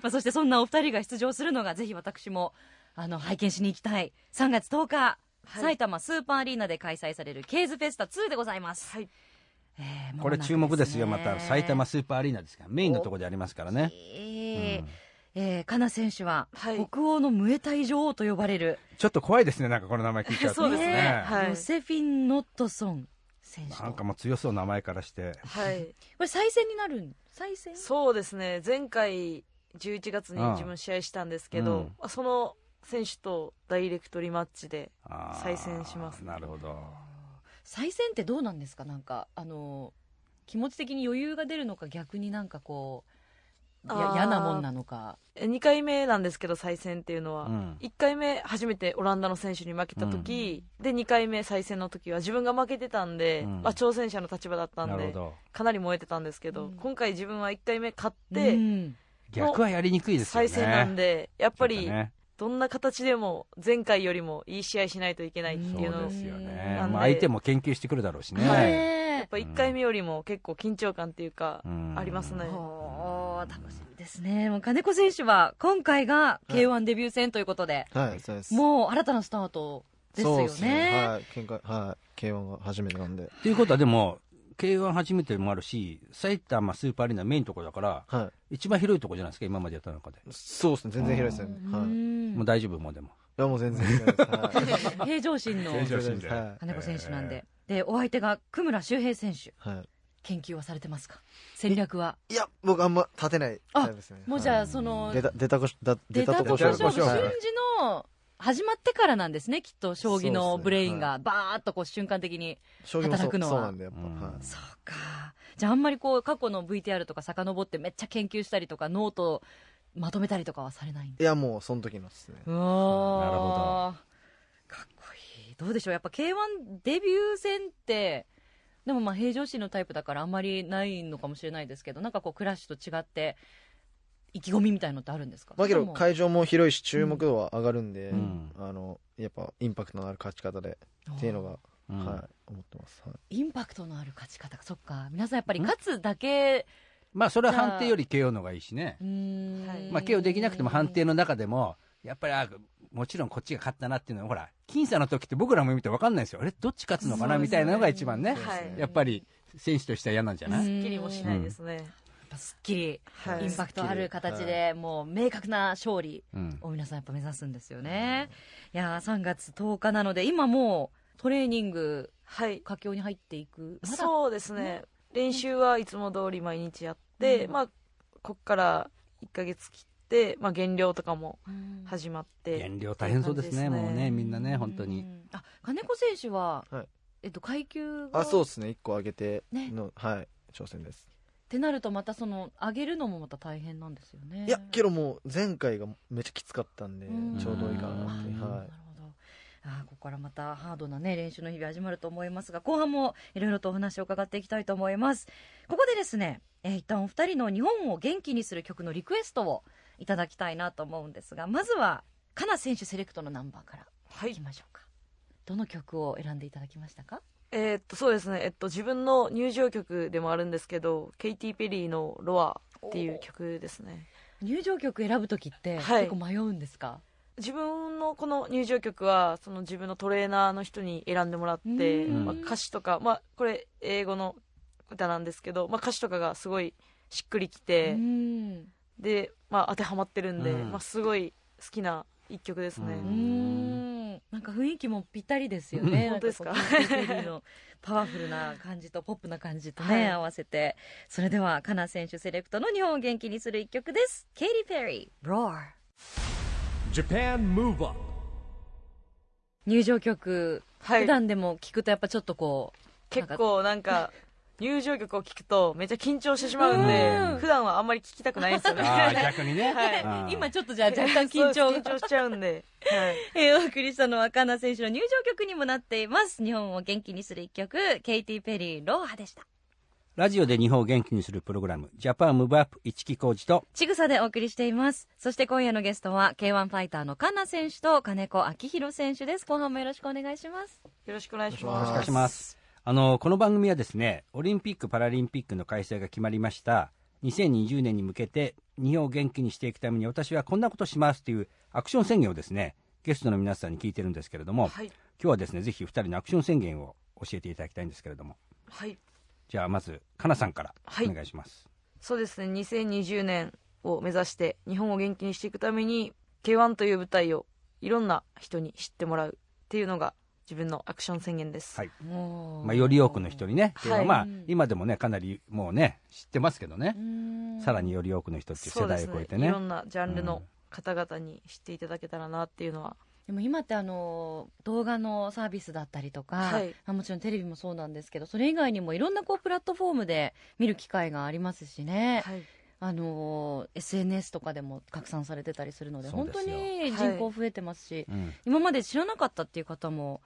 Speaker 1: まあそしてそんなお二人が出場するのがぜひ私もあの拝見しに行きたい3月10日、
Speaker 4: はい
Speaker 1: 埼玉スーパーアリーナで開催されるケーズフェスタ2でございます、
Speaker 4: はい
Speaker 1: えー
Speaker 2: これ注目ですよま
Speaker 1: 間もな
Speaker 2: た
Speaker 1: くね
Speaker 2: 埼玉スーパーアリーナですからメインのところでありますからね
Speaker 1: えーえー、かな選手は、
Speaker 4: はい
Speaker 1: 北欧のムエタイ女王と呼ばれる、
Speaker 2: ちょっと怖いですねなんかこの名前聞いちゃうと
Speaker 4: そうですねはい
Speaker 1: ヨセフィン・ノットソン選手と
Speaker 2: なん
Speaker 1: こ
Speaker 2: かもう強そう名前からして
Speaker 4: はい
Speaker 1: れ再戦になるん再戦
Speaker 4: そうですね前回11月に
Speaker 2: うん
Speaker 4: 自分試合したんですけ
Speaker 2: う
Speaker 4: ど
Speaker 2: ん、
Speaker 4: まあその選手とダイレクトリマッチで
Speaker 2: あー
Speaker 4: 再戦します
Speaker 2: なるほど
Speaker 1: 再戦ってどうなんですかなんかあの気持ち的に余裕が出るのか逆になんかこう
Speaker 4: あ
Speaker 1: や
Speaker 4: ー
Speaker 1: 嫌なもんなのか
Speaker 4: 2回目なんですけど再戦っていうのは、
Speaker 2: うん
Speaker 4: 1回目初めてオランダの選手に負けた時、で2回目再戦の時は自分が負けてたんで、
Speaker 2: うん
Speaker 4: まあ、挑戦者の立場だったん
Speaker 2: なるほ
Speaker 4: で
Speaker 2: ど
Speaker 4: かなり燃えてたんですけど、
Speaker 1: うん
Speaker 4: 今回自分は1回目勝って、
Speaker 1: うん
Speaker 2: 逆はやりにくいですよね
Speaker 4: 再戦なんでやっぱ
Speaker 2: そう
Speaker 4: り
Speaker 2: だね
Speaker 4: どんな形でも前回よりもいい試合しないといけないって
Speaker 2: そ
Speaker 4: いうの
Speaker 2: う
Speaker 4: を
Speaker 2: ですよ
Speaker 1: な
Speaker 2: ね
Speaker 4: ん、で
Speaker 2: まあ、相手も研究してくるだろうしね、
Speaker 4: やっぱ1回目よりも結構緊張感っていうか、
Speaker 2: うん
Speaker 4: ありますね、
Speaker 7: ほー楽しみですね。もう金子選手は今回が K1 デビュー戦ということで、
Speaker 5: はい、そうです。
Speaker 7: もう新たなスタートです
Speaker 5: そう
Speaker 7: よ
Speaker 5: っす
Speaker 7: ね。
Speaker 5: はい、喧嘩、はい、K1 が初めてなんで。
Speaker 2: っていうことはでも k 1初めてもあるし埼玉スーパーアリーナメインとこだから
Speaker 5: は
Speaker 2: 一番広いとこじゃないですか今までやった中で、
Speaker 5: い。そうですね、全然広いですよね。はい。い
Speaker 2: もう
Speaker 7: う
Speaker 2: 大丈夫もうでも
Speaker 5: や、もう全然広いです。 は
Speaker 7: ん平常心の
Speaker 5: い。
Speaker 3: 平常心で
Speaker 5: は
Speaker 7: 金子選手なんで。で、お相手が久村周平選手。
Speaker 5: い。はい。
Speaker 1: 研究はされてますか戦略はい
Speaker 5: や、僕あんま立てないタイプですね。
Speaker 1: もうじゃあその
Speaker 5: 出た、出たこし、だ出
Speaker 1: 出
Speaker 5: た
Speaker 1: た
Speaker 5: と
Speaker 1: と
Speaker 5: こ
Speaker 1: こ
Speaker 5: 勝
Speaker 1: 勝
Speaker 5: 負
Speaker 2: 出
Speaker 1: 負
Speaker 2: たとこ
Speaker 1: 瞬
Speaker 2: 勝負
Speaker 1: 時の始まってからなんですねきっと将棋
Speaker 5: そ
Speaker 1: の
Speaker 5: うですね
Speaker 1: ブレインがバーっとこう瞬間的に
Speaker 5: 将棋もそ
Speaker 1: 働く
Speaker 5: う
Speaker 1: のは
Speaker 5: そうなんで、やっぱ。
Speaker 2: うん
Speaker 5: はい
Speaker 7: そうか。じゃああんまりこう過去の VTR とか遡ってめっちゃ研究したりとかノートまとめたりとかはされないんです
Speaker 5: いや、もうその時のですね。
Speaker 1: うわ
Speaker 2: なるほ
Speaker 7: あーかっこいいどうでしょうやっぱ k 1デビュー戦ってでもまあ平常心のタイプだからあんまりないのかもしれないですけどなんかこうクラッシュと違って意気込みみたいのってあるんですか
Speaker 5: まあけ
Speaker 1: で
Speaker 5: ど、
Speaker 1: も
Speaker 5: 会場も広いし、注目度は上がるんで、
Speaker 2: うん
Speaker 5: あの、やっぱ、インパクトのある勝ち方で、っていうのが、
Speaker 2: うん
Speaker 5: はい、思ってます。はい
Speaker 1: インパクトのある勝ち方そっか皆さんやっぱり勝つだけ
Speaker 2: まあそれは判定より KO の方がいいしね
Speaker 1: う、ーん
Speaker 4: はい
Speaker 2: まあ、KO できなくても判定の中でもやっぱりあもちろんこっちが勝ったなっていうのはほら僅差の時って僕らも見て分かんないですよあれどっち勝つのかなみたいなのが一番ね
Speaker 5: そうですね
Speaker 2: やっぱり選手としては嫌なんじゃ
Speaker 4: す
Speaker 2: ない、
Speaker 1: うん
Speaker 4: っきりもしないですね、
Speaker 1: やっぱすっきり
Speaker 4: はい
Speaker 1: インパクトある形でもう明確な勝利
Speaker 2: うん
Speaker 1: を皆さんやっぱ目指すんですよねいやー3月10日なので今もうトレーニング
Speaker 4: はい
Speaker 1: 佳境に入っていくまだ
Speaker 4: そうですね練習はいつも通り毎日やって、
Speaker 1: うん
Speaker 4: まあこっから1ヶ月切って、まあ、減量とかも
Speaker 1: うん
Speaker 4: 始まって、
Speaker 2: 減量大変そうですね
Speaker 4: そうですね
Speaker 2: もうねみんなね本当
Speaker 1: う
Speaker 2: に
Speaker 1: んあ金子選手は、
Speaker 5: はい
Speaker 1: えっと、階級が
Speaker 5: あ、そう
Speaker 1: っ
Speaker 5: ですね、一個上げての、はい、挑戦です。
Speaker 1: てなるとまたその上げるのもまた大変なんですよね
Speaker 5: いや、けどもう、前回がめっちゃきつかったんで
Speaker 1: うん、
Speaker 5: ちょうどいいかなって、
Speaker 1: うん
Speaker 5: は
Speaker 1: なるほどあーここからまたハードな、ね、練習の日々始まると思いますが後半もいろいろとお話を伺っていきたいと思いますここでですね、えー一旦お二人の日本を元気にする曲のリクエストをいただきたいなと思うんですがまずはカナ選手セレクトのナンバーから
Speaker 4: はい
Speaker 1: いきましょうか、どの曲を選んでいただきましたか
Speaker 4: えーっとそうですね、えっと、自分の入場曲でもあるんですけどケイティ・ペリーの「ロア」っていう曲ですね
Speaker 1: 入場曲選ぶ時って
Speaker 4: はい
Speaker 1: 結構迷うんですか、
Speaker 4: 自分のこの入場曲はその自分のトレーナーの人に選んでもらって、
Speaker 2: うん
Speaker 4: まあ、歌詞とか、まあ、これ英語の歌なんですけど、まあ、歌詞とかがすごいしっくりきて、
Speaker 1: うん
Speaker 4: で、まあ、当てはまってるんで、
Speaker 2: うん
Speaker 4: まあ、すごい好きな一曲ですね、
Speaker 2: う
Speaker 1: うんんなんか雰囲気もぴったりですよね。
Speaker 4: うん
Speaker 1: なんこう
Speaker 4: 本当ですか
Speaker 1: KKB のパワフルな感じとポップな感じとね、
Speaker 4: はい
Speaker 1: 合わせて。それでは、カナ選手セレクトの日本を元気にする一曲です。ケイティ・ペリー、Roar。
Speaker 3: Japan Move Up
Speaker 1: 入場曲、
Speaker 4: はい
Speaker 1: 普段でも聞くとやっぱちょっとこ
Speaker 4: 結構なんか入場曲を聴くとめっちゃ緊張してしまうんで、
Speaker 2: うん
Speaker 4: 普段はあんまり聴きたくないんですよね
Speaker 2: ああ逆にね、
Speaker 1: う、
Speaker 2: あー
Speaker 1: 今ちょっとじゃあ若干緊
Speaker 4: そ
Speaker 1: 張
Speaker 4: うです緊
Speaker 1: が、
Speaker 4: 張しちゃうんで、はい
Speaker 1: えーお送りしたのはカナ選手の入場曲にもなっています。日本を元気にする一曲、ケイティ・ペリー、ローハでした。
Speaker 2: ラジオで日本を元気にするプログラム、ジャパンムーブアップ一木工事と、
Speaker 1: ちぐさでお送りしています。そして今夜のゲストは K1 ファイターのカンナ選手と金子明弘選手です。後半もよろしくお願いします。
Speaker 4: よろしくお願いし
Speaker 5: よろ
Speaker 4: ます
Speaker 5: くお
Speaker 2: お願いします。あの、この番組はですね、オリンピック・パラリンピックの開催が決まりました、2020年に向けて、日本を元気にしていくために私はこんなことしますというアクション宣言をですね、ゲストの皆さんに聞いてるんですけれども、
Speaker 4: はい
Speaker 2: 今日はですね、ぜひ2人のアクション宣言を教えていただきたいんですけれども、
Speaker 4: はい
Speaker 2: じゃあまず、かなさんから
Speaker 4: はい
Speaker 2: お願いします。
Speaker 4: そうですね2020年を目指して日本を元気にしていくために K1 という舞台をいろんな人に知ってもらうっていうのが自分のアクション宣言です、
Speaker 2: はい
Speaker 1: ま
Speaker 2: まあ、より多くの人にね、
Speaker 4: はい
Speaker 2: まあ、今でもね、かなりもうね、知ってますけどね、さらに
Speaker 1: よ
Speaker 2: より多くの人っていう
Speaker 4: そ
Speaker 2: 世
Speaker 4: うで
Speaker 2: 代
Speaker 4: す
Speaker 2: を超え
Speaker 4: ね
Speaker 2: てね。
Speaker 4: いろんなジャンル
Speaker 2: う
Speaker 4: の
Speaker 2: ん
Speaker 4: 方々に知っていただけたらなっていうのは、
Speaker 1: でも今ってあの動画のサービスだったりとか、
Speaker 4: はい
Speaker 1: まあもちろんテレビもそうなんですけどそれ以外にもいろんなこうプラットフォームで見る機会がありますしね、
Speaker 4: はい
Speaker 1: あのー SNS とかでも拡散されてたりするので
Speaker 2: そう
Speaker 1: 本
Speaker 2: です
Speaker 1: 当
Speaker 2: よ
Speaker 1: に人口増えてますし、
Speaker 2: うん
Speaker 1: 今まで知らなかったっていう方も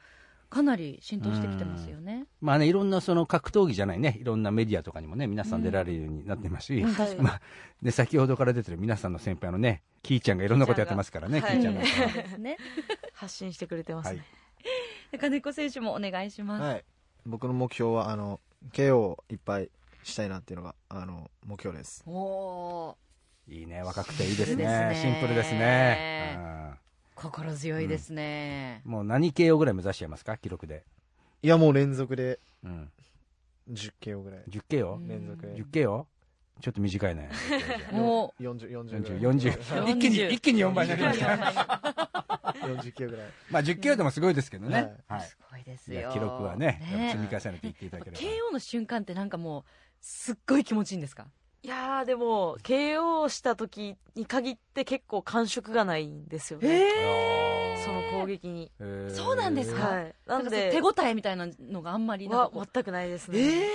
Speaker 1: かなり浸透してきてますよね。
Speaker 2: まあね、いろんなその格闘技じゃないね、いろんなメディアとかにもね、皆さん出られるようになってますし、
Speaker 4: はい
Speaker 2: まあ、で、先ほどから出てる皆さんの先輩のね、キーちゃんがいろんなことやってますからね、キ
Speaker 4: キ
Speaker 2: ー
Speaker 4: ー
Speaker 2: ち
Speaker 4: ち
Speaker 2: ゃ
Speaker 4: ゃ
Speaker 2: ん
Speaker 4: ん
Speaker 2: の
Speaker 4: が
Speaker 1: う
Speaker 2: は
Speaker 1: ん
Speaker 2: い
Speaker 1: そうですね。
Speaker 4: 発信してくれてますね。
Speaker 1: 金子選手もお願いします。
Speaker 5: はい僕の目標はあの KO をいっぱいしたいなっていうのがあの目標です
Speaker 1: おお
Speaker 2: いいね、若くていいですね。シ
Speaker 1: シ
Speaker 2: ン
Speaker 1: ン
Speaker 2: プ
Speaker 1: プ
Speaker 2: ルで
Speaker 1: ルですすね
Speaker 2: ね。
Speaker 1: ー、心強いですね。
Speaker 2: うんもう何 KO ぐらい目指しちゃいますか、記録で。
Speaker 5: いやもう連続で
Speaker 2: うん。
Speaker 5: 10KO ぐらい
Speaker 2: 10KO?10KO?
Speaker 5: 連続で
Speaker 2: ちょっと短い ね。
Speaker 1: も
Speaker 5: 4040
Speaker 2: 40、一気に、
Speaker 1: 40
Speaker 2: 一気に4倍になりました。
Speaker 5: 40kg ぐらい
Speaker 2: まあ10キロでもすごいですけどね。
Speaker 1: う、
Speaker 2: はい。
Speaker 1: すごいです
Speaker 2: いや
Speaker 1: よ。
Speaker 2: 記録はね、やっぱ
Speaker 1: ね
Speaker 2: 積み重ねていっていただければ。
Speaker 1: KO の瞬間ってなんかもうすっごい気持ちいいんですか。
Speaker 4: いやーでも KO した時に限って結構感触がないんですよね、
Speaker 1: え
Speaker 4: その攻撃に、
Speaker 2: えー
Speaker 1: そうなんですか
Speaker 4: はいな
Speaker 1: なんんで
Speaker 4: で
Speaker 1: 手応えみたいなのがあんまりなんか
Speaker 4: は
Speaker 1: こう
Speaker 4: 全くないですね、
Speaker 1: ええ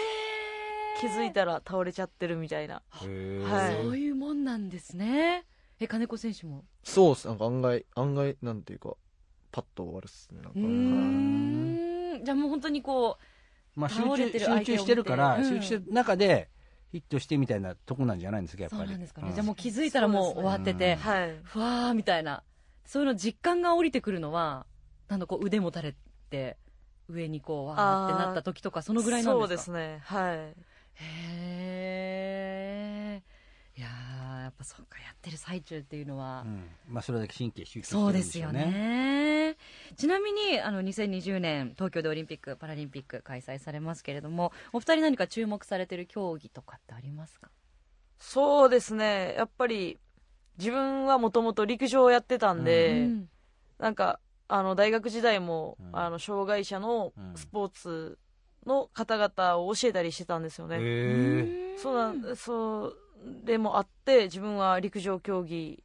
Speaker 4: 気づいたら倒れちゃってるみたいな
Speaker 2: へー
Speaker 4: はい
Speaker 1: そういうもんなんですね。え金子選手も。
Speaker 5: そうっすなんか案外案外なんていうかパッと終わるっすねなんか
Speaker 1: うーん。じゃあもう本当にこ
Speaker 2: まあ集
Speaker 1: 倒れ
Speaker 2: 中、
Speaker 1: てる相手
Speaker 2: 集
Speaker 1: を見て
Speaker 2: 中してるから、
Speaker 1: うん
Speaker 2: 集中してる中でヒットしてみたいなとこなんじゃないんですか、や
Speaker 1: う
Speaker 2: っぱ
Speaker 1: そ
Speaker 2: り。
Speaker 1: うなんですかね。
Speaker 2: うん
Speaker 1: じゃあもう気づいたらもう終わってて、
Speaker 4: はい
Speaker 1: ふわーみたいな。そういうの実感が降りてくるのは、なんだこう腕も垂れて上にこうわーってなった時とかそのぐらいなんですか。
Speaker 4: そうですねはい
Speaker 1: へえ。いやーやっぱそうかやってる最中っていうのは。
Speaker 2: うんまあそれだけ神経集中して
Speaker 1: そ
Speaker 2: る
Speaker 1: うん
Speaker 2: で
Speaker 1: です
Speaker 2: しょ
Speaker 1: よ
Speaker 2: うね。
Speaker 1: ね。ちなみに、あの、2020年、東京でオリンピック、パラリンピック開催されますけれども、お二人何か注目されてる競技とかってありますか
Speaker 4: そうですねやっぱり自分はもともと陸上をやってたんで、
Speaker 1: うん
Speaker 4: なんかあの大学時代も、
Speaker 2: うん
Speaker 4: あの障害者の
Speaker 2: うん
Speaker 4: スポーツの方々を教えたりしてたんですよね、
Speaker 2: へ
Speaker 4: そうなんそうでもあって自分は陸上競技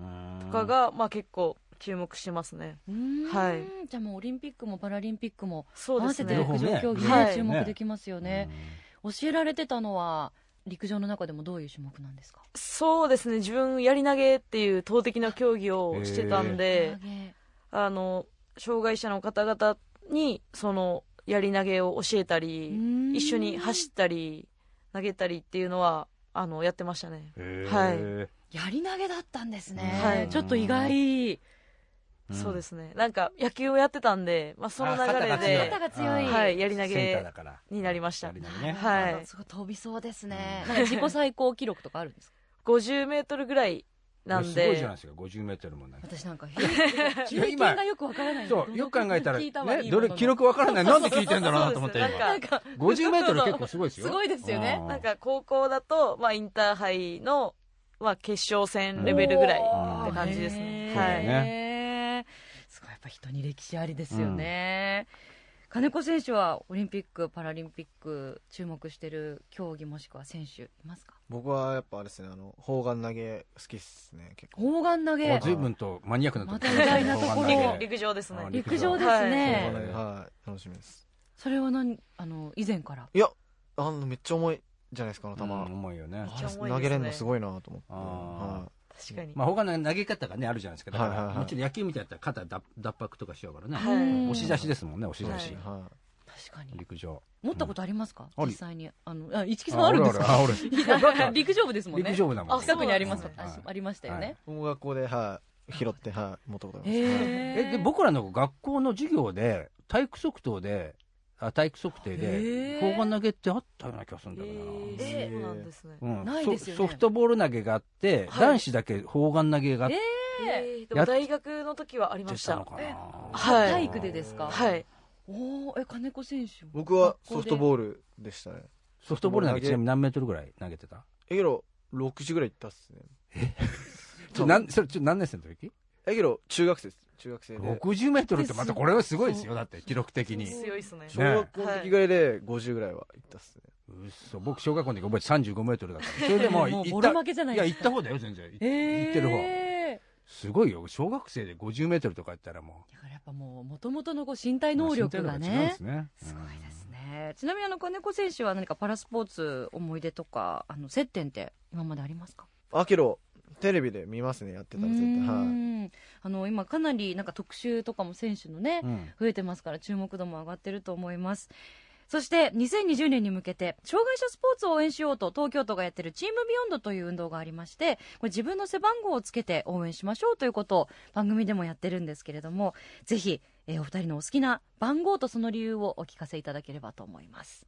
Speaker 2: ー
Speaker 4: とかが、まあ結構注目してますね
Speaker 1: うん
Speaker 4: はい
Speaker 1: じゃあもうオリンピックもパラリンピックも、
Speaker 4: そう
Speaker 1: 合
Speaker 4: で
Speaker 1: わ
Speaker 4: す
Speaker 1: せ
Speaker 4: ね
Speaker 1: て
Speaker 2: 両方
Speaker 1: 陸上競技
Speaker 4: はい
Speaker 1: ね
Speaker 4: はい
Speaker 1: 注目できますよね。。教えられてたのは、陸上の中でもどういう種目なんですか
Speaker 4: そうですね自分やり投げっていう投擲の競技をしてたんで、
Speaker 1: 投げ
Speaker 4: あの障害者の方々にそのやり投げを教えたり、
Speaker 1: うん
Speaker 4: 一緒に走ったり投げたりっていうのはあのやってましたね、
Speaker 2: うん
Speaker 4: は
Speaker 1: やり投げだったんですね。
Speaker 4: はい
Speaker 1: ちょっと意外。
Speaker 4: そうで。すねなんか野球をやっってたんで、まあ、その流れ
Speaker 2: あ強い
Speaker 4: で
Speaker 1: 肩が強い。
Speaker 2: あー
Speaker 4: はい、やり投
Speaker 2: センター
Speaker 4: げ
Speaker 2: だから
Speaker 4: になりました
Speaker 2: やり投げね
Speaker 4: はい
Speaker 1: なるほどすごい飛びそうですね。なんか自己最高記録とかあるんですか
Speaker 4: 50メートルぐらいなん
Speaker 2: すごいじゃ
Speaker 4: で
Speaker 2: ないですか、50メートルもなんか。
Speaker 1: 私 なんか平均、平均がよくわからないんだ
Speaker 2: そう、よく考えたら、
Speaker 1: 聞いわ
Speaker 2: ね、どれ、
Speaker 1: 今の
Speaker 2: 記録わからない。なんで聞いてんだろうなと思って、
Speaker 4: そうです
Speaker 2: 今。
Speaker 1: なんか、
Speaker 2: 50メートル結構すごいですよ。
Speaker 1: すごいですよね
Speaker 2: う
Speaker 4: なん、か高校だと、まあ、インターハイの、まあ、決勝戦レベルぐらいって感じです
Speaker 1: へ。ー
Speaker 4: ね
Speaker 2: そうだよ
Speaker 4: はい
Speaker 2: ね
Speaker 1: すごい、やっぱ人に歴史ありですよね。金子選手はオリンピック、パラリンピック、注目してる競技もしくは選手いますか
Speaker 5: 僕はやっぱあれですねあの砲丸投げ好きっすね結構
Speaker 1: 砲丸投げ
Speaker 2: お、随分とマニアックなところ
Speaker 1: また意外なところ
Speaker 2: わかんないけど
Speaker 4: 陸上ですね。
Speaker 2: あ
Speaker 1: 陸上ですね
Speaker 5: 砲。丸投げはい楽しみです
Speaker 1: それは何、あの、以前から。
Speaker 5: いやあのめっちゃ重いじゃないですかあの球、
Speaker 2: うん重いよね。
Speaker 5: あれ
Speaker 4: めっちゃ重いですね
Speaker 5: 投げれるのすごいなと思って、
Speaker 2: あー
Speaker 5: は
Speaker 4: 確かに。
Speaker 2: まあ他の投げ方がね、あるじゃないですか。だか
Speaker 5: はいはい
Speaker 2: ら、
Speaker 5: はい
Speaker 2: もちろん野球みたいだったら肩だ脱白とかしちゃうからね。
Speaker 4: はい
Speaker 1: うん
Speaker 2: 押し出しですもんね、押し出
Speaker 5: い
Speaker 2: し。
Speaker 5: は
Speaker 1: 確かに。
Speaker 2: 陸上。
Speaker 1: 持ったことありますか、
Speaker 2: うんある
Speaker 1: 実際に。あの、あ、市木さんあるんですか
Speaker 2: あ俺俺あ
Speaker 1: 陸上部ですもん
Speaker 2: 俺
Speaker 1: ね。
Speaker 2: 陸上部だもん。
Speaker 4: あそう
Speaker 1: 近くにあります
Speaker 4: そう
Speaker 1: も
Speaker 4: なん
Speaker 2: ですね
Speaker 1: あありましたよね。
Speaker 5: い、音楽校で、はい、拾って、はい、持ったことあります、
Speaker 1: へ
Speaker 2: え、で、僕らの学校の授業で、体育測定で、あ体育測定で
Speaker 1: へ、ー
Speaker 2: 砲丸投げってあったような気がするんだけどな。
Speaker 4: え
Speaker 1: え
Speaker 4: ーそうなんですね。
Speaker 2: うん
Speaker 1: ないですよ
Speaker 2: ソ
Speaker 1: ね
Speaker 2: ソフトボール投げがあって、
Speaker 4: はい
Speaker 2: 男子だけ砲丸投げがあっ
Speaker 1: え
Speaker 2: て
Speaker 1: え
Speaker 4: えーでも大学の時はありま
Speaker 2: 出
Speaker 4: した
Speaker 2: の
Speaker 4: た。
Speaker 2: かな、
Speaker 4: はい
Speaker 1: 体育でですか。
Speaker 4: はい。
Speaker 1: おお、え、金子選手。
Speaker 5: 僕はソフト
Speaker 1: ー
Speaker 5: ボールでしたね
Speaker 2: ソフトボール投げ
Speaker 5: ソフトボール投げ
Speaker 2: ちなみに何メートルぐらい投げてた
Speaker 5: えけど6時ぐらい行ったっすね
Speaker 2: ちょなんそれちょ何年生の時
Speaker 5: えけど中学生です中学生で
Speaker 2: ?60 メートルってまたこれはすごいですよだって記録的に
Speaker 4: 強いですね。
Speaker 5: 小学校の時以外で50ぐらいは行ったっすね、
Speaker 2: 嘘僕小学校の時覚えて35メートルだ からそれでもう
Speaker 1: も
Speaker 2: 行
Speaker 1: う
Speaker 2: っ
Speaker 1: ボ
Speaker 2: た
Speaker 1: ロ負けじゃない
Speaker 2: いや
Speaker 1: です
Speaker 2: 行っ
Speaker 1: か。
Speaker 2: た方だよ全然行行ってる方
Speaker 1: え
Speaker 2: すごいよ小学生で50メートルとかやったらも
Speaker 1: だからやっぱもう、もともとのこう身体
Speaker 2: う
Speaker 1: 能力が
Speaker 2: 身体能力違うんで
Speaker 1: ね
Speaker 2: す。ね
Speaker 1: すごいですね。えーちなみにあの金子選手は何かパラスポーツ思い出とかあの接点って今までありますか
Speaker 5: アキロテレビで見ますねやってたら絶対
Speaker 1: うー
Speaker 5: はい
Speaker 1: んあの今かなりなんか特集とかも選手のね、
Speaker 2: うん
Speaker 1: 増えてますから注目度も上がってると思いますそして2020年に向けて障害者スポーツを応援しようと東京都がやってるチームビヨンドという運動がありましてこれ自分の背番号をつけて応援しましょうということを番組でもやってるんですけれどもぜひ、えーお二人のお好きな番号とその理由をお聞かせいただければと思います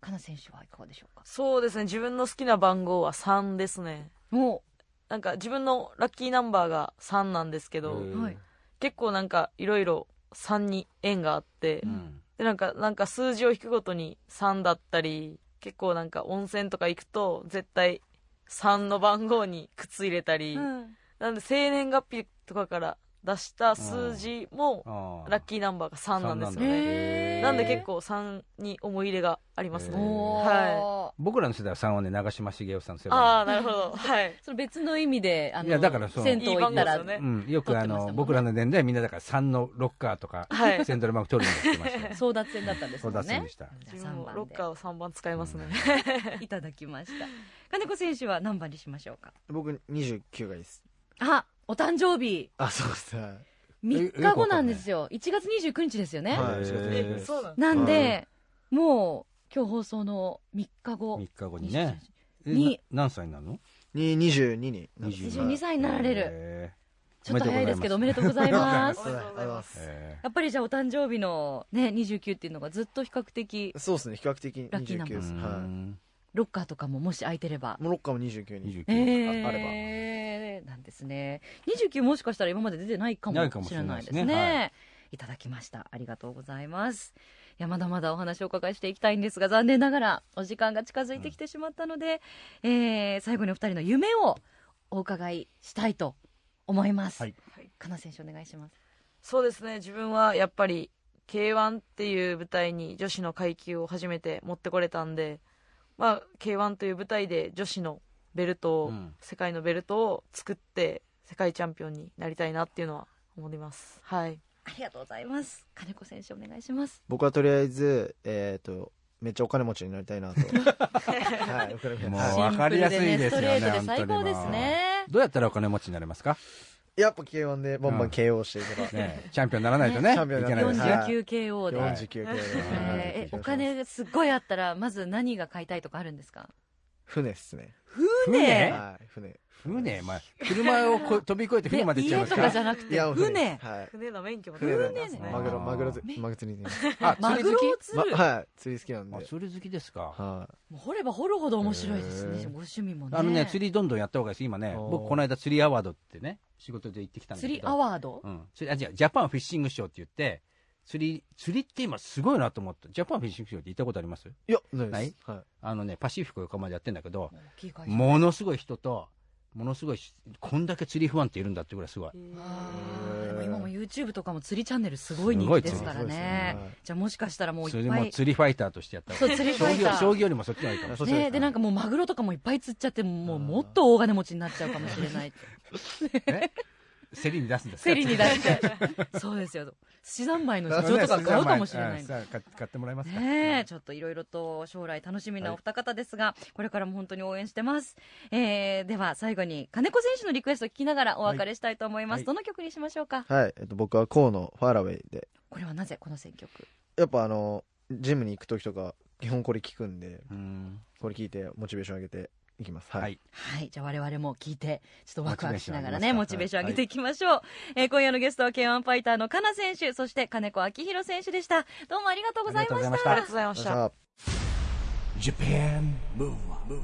Speaker 1: かな選手はいかがでしょうか
Speaker 4: そうですね自分の好きな番号は3ですね
Speaker 1: も
Speaker 4: なんか自分のラッキーナンバーが3なんですけど
Speaker 1: う、はい、
Speaker 4: 結構なんかいろいろ3に縁があって、
Speaker 2: うん
Speaker 4: でなんかなんか数字を引くごとに3だったり結構なんか温泉とか行くと絶対3の番号に靴入れたり、なんで生年月日とかから出した数字も
Speaker 2: あー
Speaker 4: ラッキーナンバーが3なんですよね
Speaker 1: へー
Speaker 4: なんで結構3に思い入れがありますね
Speaker 2: へー
Speaker 1: おー
Speaker 4: は
Speaker 2: 僕らの世代は3はね長嶋茂雄さんの世代
Speaker 4: ああなるほど はい
Speaker 1: それ別の意味であの
Speaker 2: いやだからそう
Speaker 1: 銭湯行ったら
Speaker 4: いい番号ですよね
Speaker 2: うん、よくあ
Speaker 1: 撮ってましたも
Speaker 2: の、
Speaker 1: んね
Speaker 2: 僕らの年代はみんなだから3のロッカーとか、
Speaker 4: はい
Speaker 2: セントルマーク取るに行ってま したよ
Speaker 1: 争奪戦だったんです
Speaker 2: そ
Speaker 1: も
Speaker 2: うん
Speaker 1: ね
Speaker 2: だそうでした
Speaker 1: じゃあ
Speaker 4: 自分
Speaker 1: 3
Speaker 4: も
Speaker 1: 番で
Speaker 4: ロッカーを3番使いますね、
Speaker 1: いただきました金子選手は何番にしましょうか
Speaker 5: 僕29がいいです
Speaker 1: あお誕生日
Speaker 5: あそうですはい
Speaker 1: 3日後なんですよ1月29日ですよね、
Speaker 5: はい
Speaker 2: へ ー
Speaker 4: えそうなん
Speaker 1: なんで、もう今日放送の3日後
Speaker 2: 3日後にねえ
Speaker 1: に
Speaker 2: な何歳になるの
Speaker 5: に22になって
Speaker 2: 22
Speaker 5: ます
Speaker 1: 22歳になられる
Speaker 2: る
Speaker 1: ちょっと早いですけどおめでとうござい
Speaker 5: は
Speaker 1: ま
Speaker 5: い
Speaker 1: す
Speaker 4: おめでとうございます
Speaker 1: やっぱりじゃあお誕生日のね29っていうのがずっと比較的
Speaker 5: そうですね比較的に
Speaker 1: ラッキーナン
Speaker 5: 29
Speaker 1: バー
Speaker 5: ですは
Speaker 1: ロッカーとかももし空いてれば
Speaker 5: いモロッカも29に
Speaker 1: え
Speaker 2: 29
Speaker 1: ー
Speaker 2: ああれば
Speaker 1: なんですね29もしかしたら今まで出てないか
Speaker 2: ないか
Speaker 1: も
Speaker 2: も
Speaker 1: し
Speaker 2: し
Speaker 1: れ
Speaker 2: れ
Speaker 1: な
Speaker 2: ないい
Speaker 1: で
Speaker 2: です
Speaker 1: ね
Speaker 2: すね
Speaker 1: いただきましたありがとうございますいやまだまだお話をお伺いしていきたいんですが残念ながらお時間が近づいてきてしまったので、えー最後にお二人の夢をお伺いしたいと思います、
Speaker 2: はい
Speaker 1: かな選手お願いします
Speaker 4: そうですね自分はやっぱり K1 っていう舞台に女子の階級を初めて持ってこれたんで、まあ、K1 という舞台で女子のベルトを、
Speaker 2: うん
Speaker 4: 世界のベルトを作って世界チャンピオンになりたいなっていうのは思いますはい
Speaker 1: ありがとうございます金子選手お願いします
Speaker 5: 僕はとりあえずえっとめっちゃお金持ちになりたい なとはいお金持ち
Speaker 2: もう
Speaker 5: は
Speaker 2: 分かりやすいですよね
Speaker 1: シンプルでねストレートで最高ですね
Speaker 2: どうやったらお金持ちになれますか
Speaker 5: いやっぱ K1 でバンバン KO していけば
Speaker 2: ねチャンピオンにならないとねい
Speaker 5: チャンピオンに
Speaker 2: け
Speaker 5: な
Speaker 2: ない
Speaker 5: ら
Speaker 2: で
Speaker 5: ない
Speaker 2: す
Speaker 5: は
Speaker 2: ね
Speaker 5: い
Speaker 1: 49 KO で、
Speaker 5: 49 k
Speaker 1: えーえお金がすっごいあったらまず何が買いたいとかあるんですか
Speaker 5: 船っすね
Speaker 2: 船
Speaker 5: はい船
Speaker 2: 船まあ車を こ飛び越えて船まで行っちゃい
Speaker 1: 家
Speaker 2: ます
Speaker 1: と
Speaker 2: か
Speaker 1: かじゃなく
Speaker 5: い
Speaker 1: て
Speaker 5: や
Speaker 1: 船
Speaker 5: はい
Speaker 4: 船の免許も取
Speaker 5: 船
Speaker 4: れ
Speaker 5: な
Speaker 4: る
Speaker 5: んで
Speaker 4: んですす
Speaker 5: ね
Speaker 4: ね
Speaker 5: マグロ
Speaker 2: あー
Speaker 5: マグロ釣りマグロ釣りに
Speaker 2: あ
Speaker 1: マグロを釣
Speaker 5: ま
Speaker 1: る、
Speaker 5: はい釣り好きなん
Speaker 2: あ
Speaker 5: で
Speaker 2: 釣り好きですか
Speaker 5: は
Speaker 1: もう掘れば掘るほど面白いですね、
Speaker 2: へー
Speaker 1: ご趣味もね
Speaker 2: あのね、釣りどんどんやった方がいいです。今ね、
Speaker 5: おー
Speaker 2: 僕この間釣りアワードってね、仕事で行ってきたんだけ
Speaker 1: 釣
Speaker 2: ど。
Speaker 1: りアワード、
Speaker 2: うん。釣り、あ、違う、ジャパンフィッシングショーって言って、釣り、釣りって今すごいなと思った。ジャパンフィッシングショーって行ったことあります
Speaker 5: いいやな
Speaker 2: ない
Speaker 5: で
Speaker 2: い
Speaker 5: すはい
Speaker 2: あのね、パシフィコ横浜でやってんだけど、
Speaker 1: 大きい会社
Speaker 2: ものすごい人と、ものすごいし、こんだけ釣り不安っているんだってぐらいすごい。
Speaker 1: あーでも今も YouTube とかも釣りチャンネルすごい人気ですからね
Speaker 5: すごい釣りですね
Speaker 1: じゃあもしかしたらもう
Speaker 2: そ
Speaker 1: い
Speaker 2: れで
Speaker 1: っぱ
Speaker 2: もう
Speaker 1: い
Speaker 2: 釣りファイターとしてやった
Speaker 1: そう釣りファイター
Speaker 2: 将棋より将棋よりもそっちがいい かもしれ
Speaker 5: そっち
Speaker 1: ね
Speaker 5: で
Speaker 1: でなんかもうマグロとかもいっぱい釣っちゃってもうもっと大金持ちになっちゃうかもしれない
Speaker 2: ない。え競りに出すんですか
Speaker 1: 競りに出してそ うですよ資産米の 社長とか買うかもしれない
Speaker 2: あさあ買買ってもらえますか
Speaker 1: ねえ、ちょっといろいろと将来楽しみなお二方ですが、これからも本当に応援してます。えー、では最後に金子選手のリクエストを聞きながらお別れしたいと思います。
Speaker 2: はい
Speaker 1: どの曲にしましょうか。
Speaker 5: はいえっと僕は河野ファーラウェイで
Speaker 1: これはなぜこの選曲。
Speaker 5: やっぱあのジムに行く時とか基本これ聞くんで
Speaker 2: うん。
Speaker 5: これ聞いてモチベーション上げていきます
Speaker 2: は
Speaker 5: はいい
Speaker 1: はい、じゃあ我々も聞いて、ちょっとワクワクしながらね、モ
Speaker 2: モ
Speaker 1: チ
Speaker 2: チ
Speaker 1: ベ
Speaker 2: ベ
Speaker 1: ー
Speaker 2: ー
Speaker 1: シ
Speaker 2: シ
Speaker 1: ョ
Speaker 2: ョ
Speaker 1: ン
Speaker 2: ン
Speaker 1: 上
Speaker 2: 上げ
Speaker 1: げて
Speaker 2: て
Speaker 1: いきましょう。えー今夜のゲストは K1 ファイターのかな選手、そして金子明宏選手でした。どうもありがとうございま
Speaker 2: ありがとうございま
Speaker 1: し
Speaker 2: したた
Speaker 4: ありがとうございました
Speaker 5: さあ
Speaker 3: Japan Move Up, Move Up.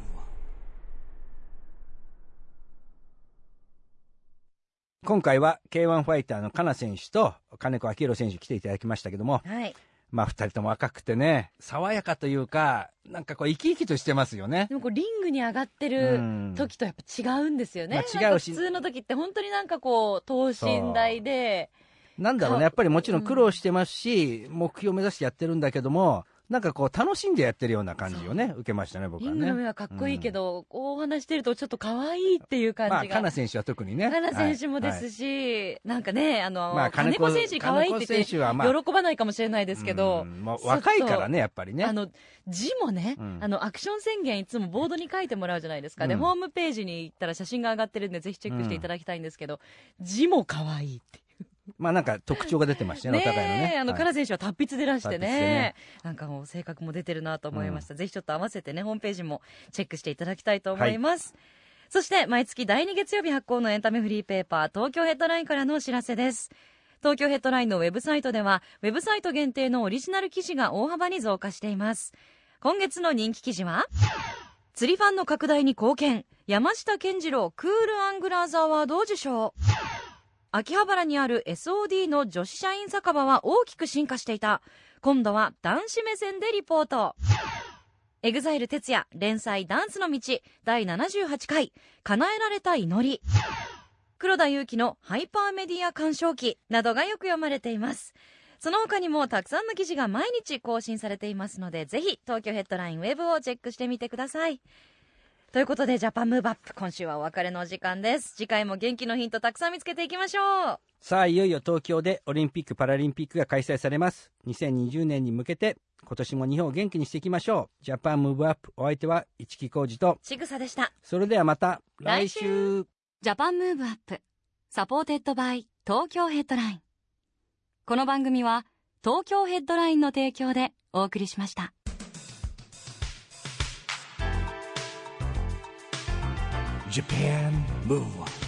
Speaker 2: 今回は K1 ファイターのカナ選手と金子明宏選手来ていただきましたけども、
Speaker 1: はい。
Speaker 2: まあ二人とも若くてね、爽やかというか、なんかこう生き生きとしてますよね
Speaker 1: で。もこうリングに上がって
Speaker 2: う
Speaker 1: る
Speaker 2: ん
Speaker 1: 時とやっぱ違うんですよね。
Speaker 2: まあ違うし
Speaker 1: なんか普通の時って本当になんかこう、等身大で、
Speaker 2: なんだろう
Speaker 1: か
Speaker 2: ね、やっぱりもちろん苦労してますし、目標を目指してやってるんだけども、なんかこう楽しんでやってるような感じをね受けましたね僕
Speaker 1: リ
Speaker 2: は
Speaker 1: ングの目
Speaker 2: ね。
Speaker 1: はかっこいいけど、こうお話してるとちょっと可愛いっていう
Speaker 2: ま
Speaker 1: 感
Speaker 2: あ
Speaker 1: じが。
Speaker 2: カナ選手は特にね。
Speaker 1: カナ選手もで
Speaker 2: はいは
Speaker 1: す
Speaker 2: い
Speaker 1: し、なんかね、あの、
Speaker 2: まあ
Speaker 1: 金
Speaker 2: 金
Speaker 1: 子
Speaker 2: 子
Speaker 1: 選手に可愛いって
Speaker 2: 金
Speaker 1: 言っ
Speaker 2: 子
Speaker 1: て、
Speaker 2: 選手はまあ
Speaker 1: 喜ばないかもしれないですけど
Speaker 2: う、んまあ若いからねやっぱりね
Speaker 1: あ。の字もね、
Speaker 2: うん
Speaker 1: あのアクション宣言いつもボードに書いてもらうじゃないですか、で
Speaker 2: うん
Speaker 1: ホームページに行ったら写真が上がってるんでぜひチェックしていただきたいんですけど、字も可愛いって
Speaker 2: まあなんか特徴が出てましたね
Speaker 1: ね
Speaker 2: お互いのね。
Speaker 1: えあの、
Speaker 2: はい
Speaker 1: カナ選手は達筆でらしてね
Speaker 2: 達筆でね
Speaker 1: なんかもう性格も出てるなと思いました、ぜひちょっと合わせてねホームページもチェックしていただきたいと思います、そして毎月第2月曜日発行のエンタメフリーペーパー東京ヘッドラインからのお知らせです東京ヘッドラインのウェブサイトではウェブサイト限定のオリジナル記事が大幅に増加しています今月の人気記事は釣りファンの拡大に貢献山下健二郎クールアングラーズアワードを受賞秋葉原にある SOD の女子社員酒場は大きく進化していた今度は男子目線でリポートエグザイル哲也連載「ダンスの道」第78回「叶えられた祈り」黒田祐樹の「ハイパーメディア鑑賞記」などがよく読まれていますその他にもたくさんの記事が毎日更新されていますのでぜひ東京ヘッドラインウェブをチェックしてみてくださいということでジャパンムーブアップ今週はお別れのお時間です次回も元気のヒントたくさん見つけていきましょう
Speaker 2: さあいよいよ東京でオリンピック・パラリンピックが開催されます2020年に向けて今年も日本を元気にしていきましょうジャパンムーブアップお相手は市木浩二と
Speaker 1: ちぐさでした
Speaker 2: それではまた
Speaker 1: 来
Speaker 2: 来週
Speaker 7: ジャパンムーブアップサポーテッドバイ東京ヘッドラインこの番組は東京ヘッドラインの提供でお送りしました
Speaker 3: Japan Move Up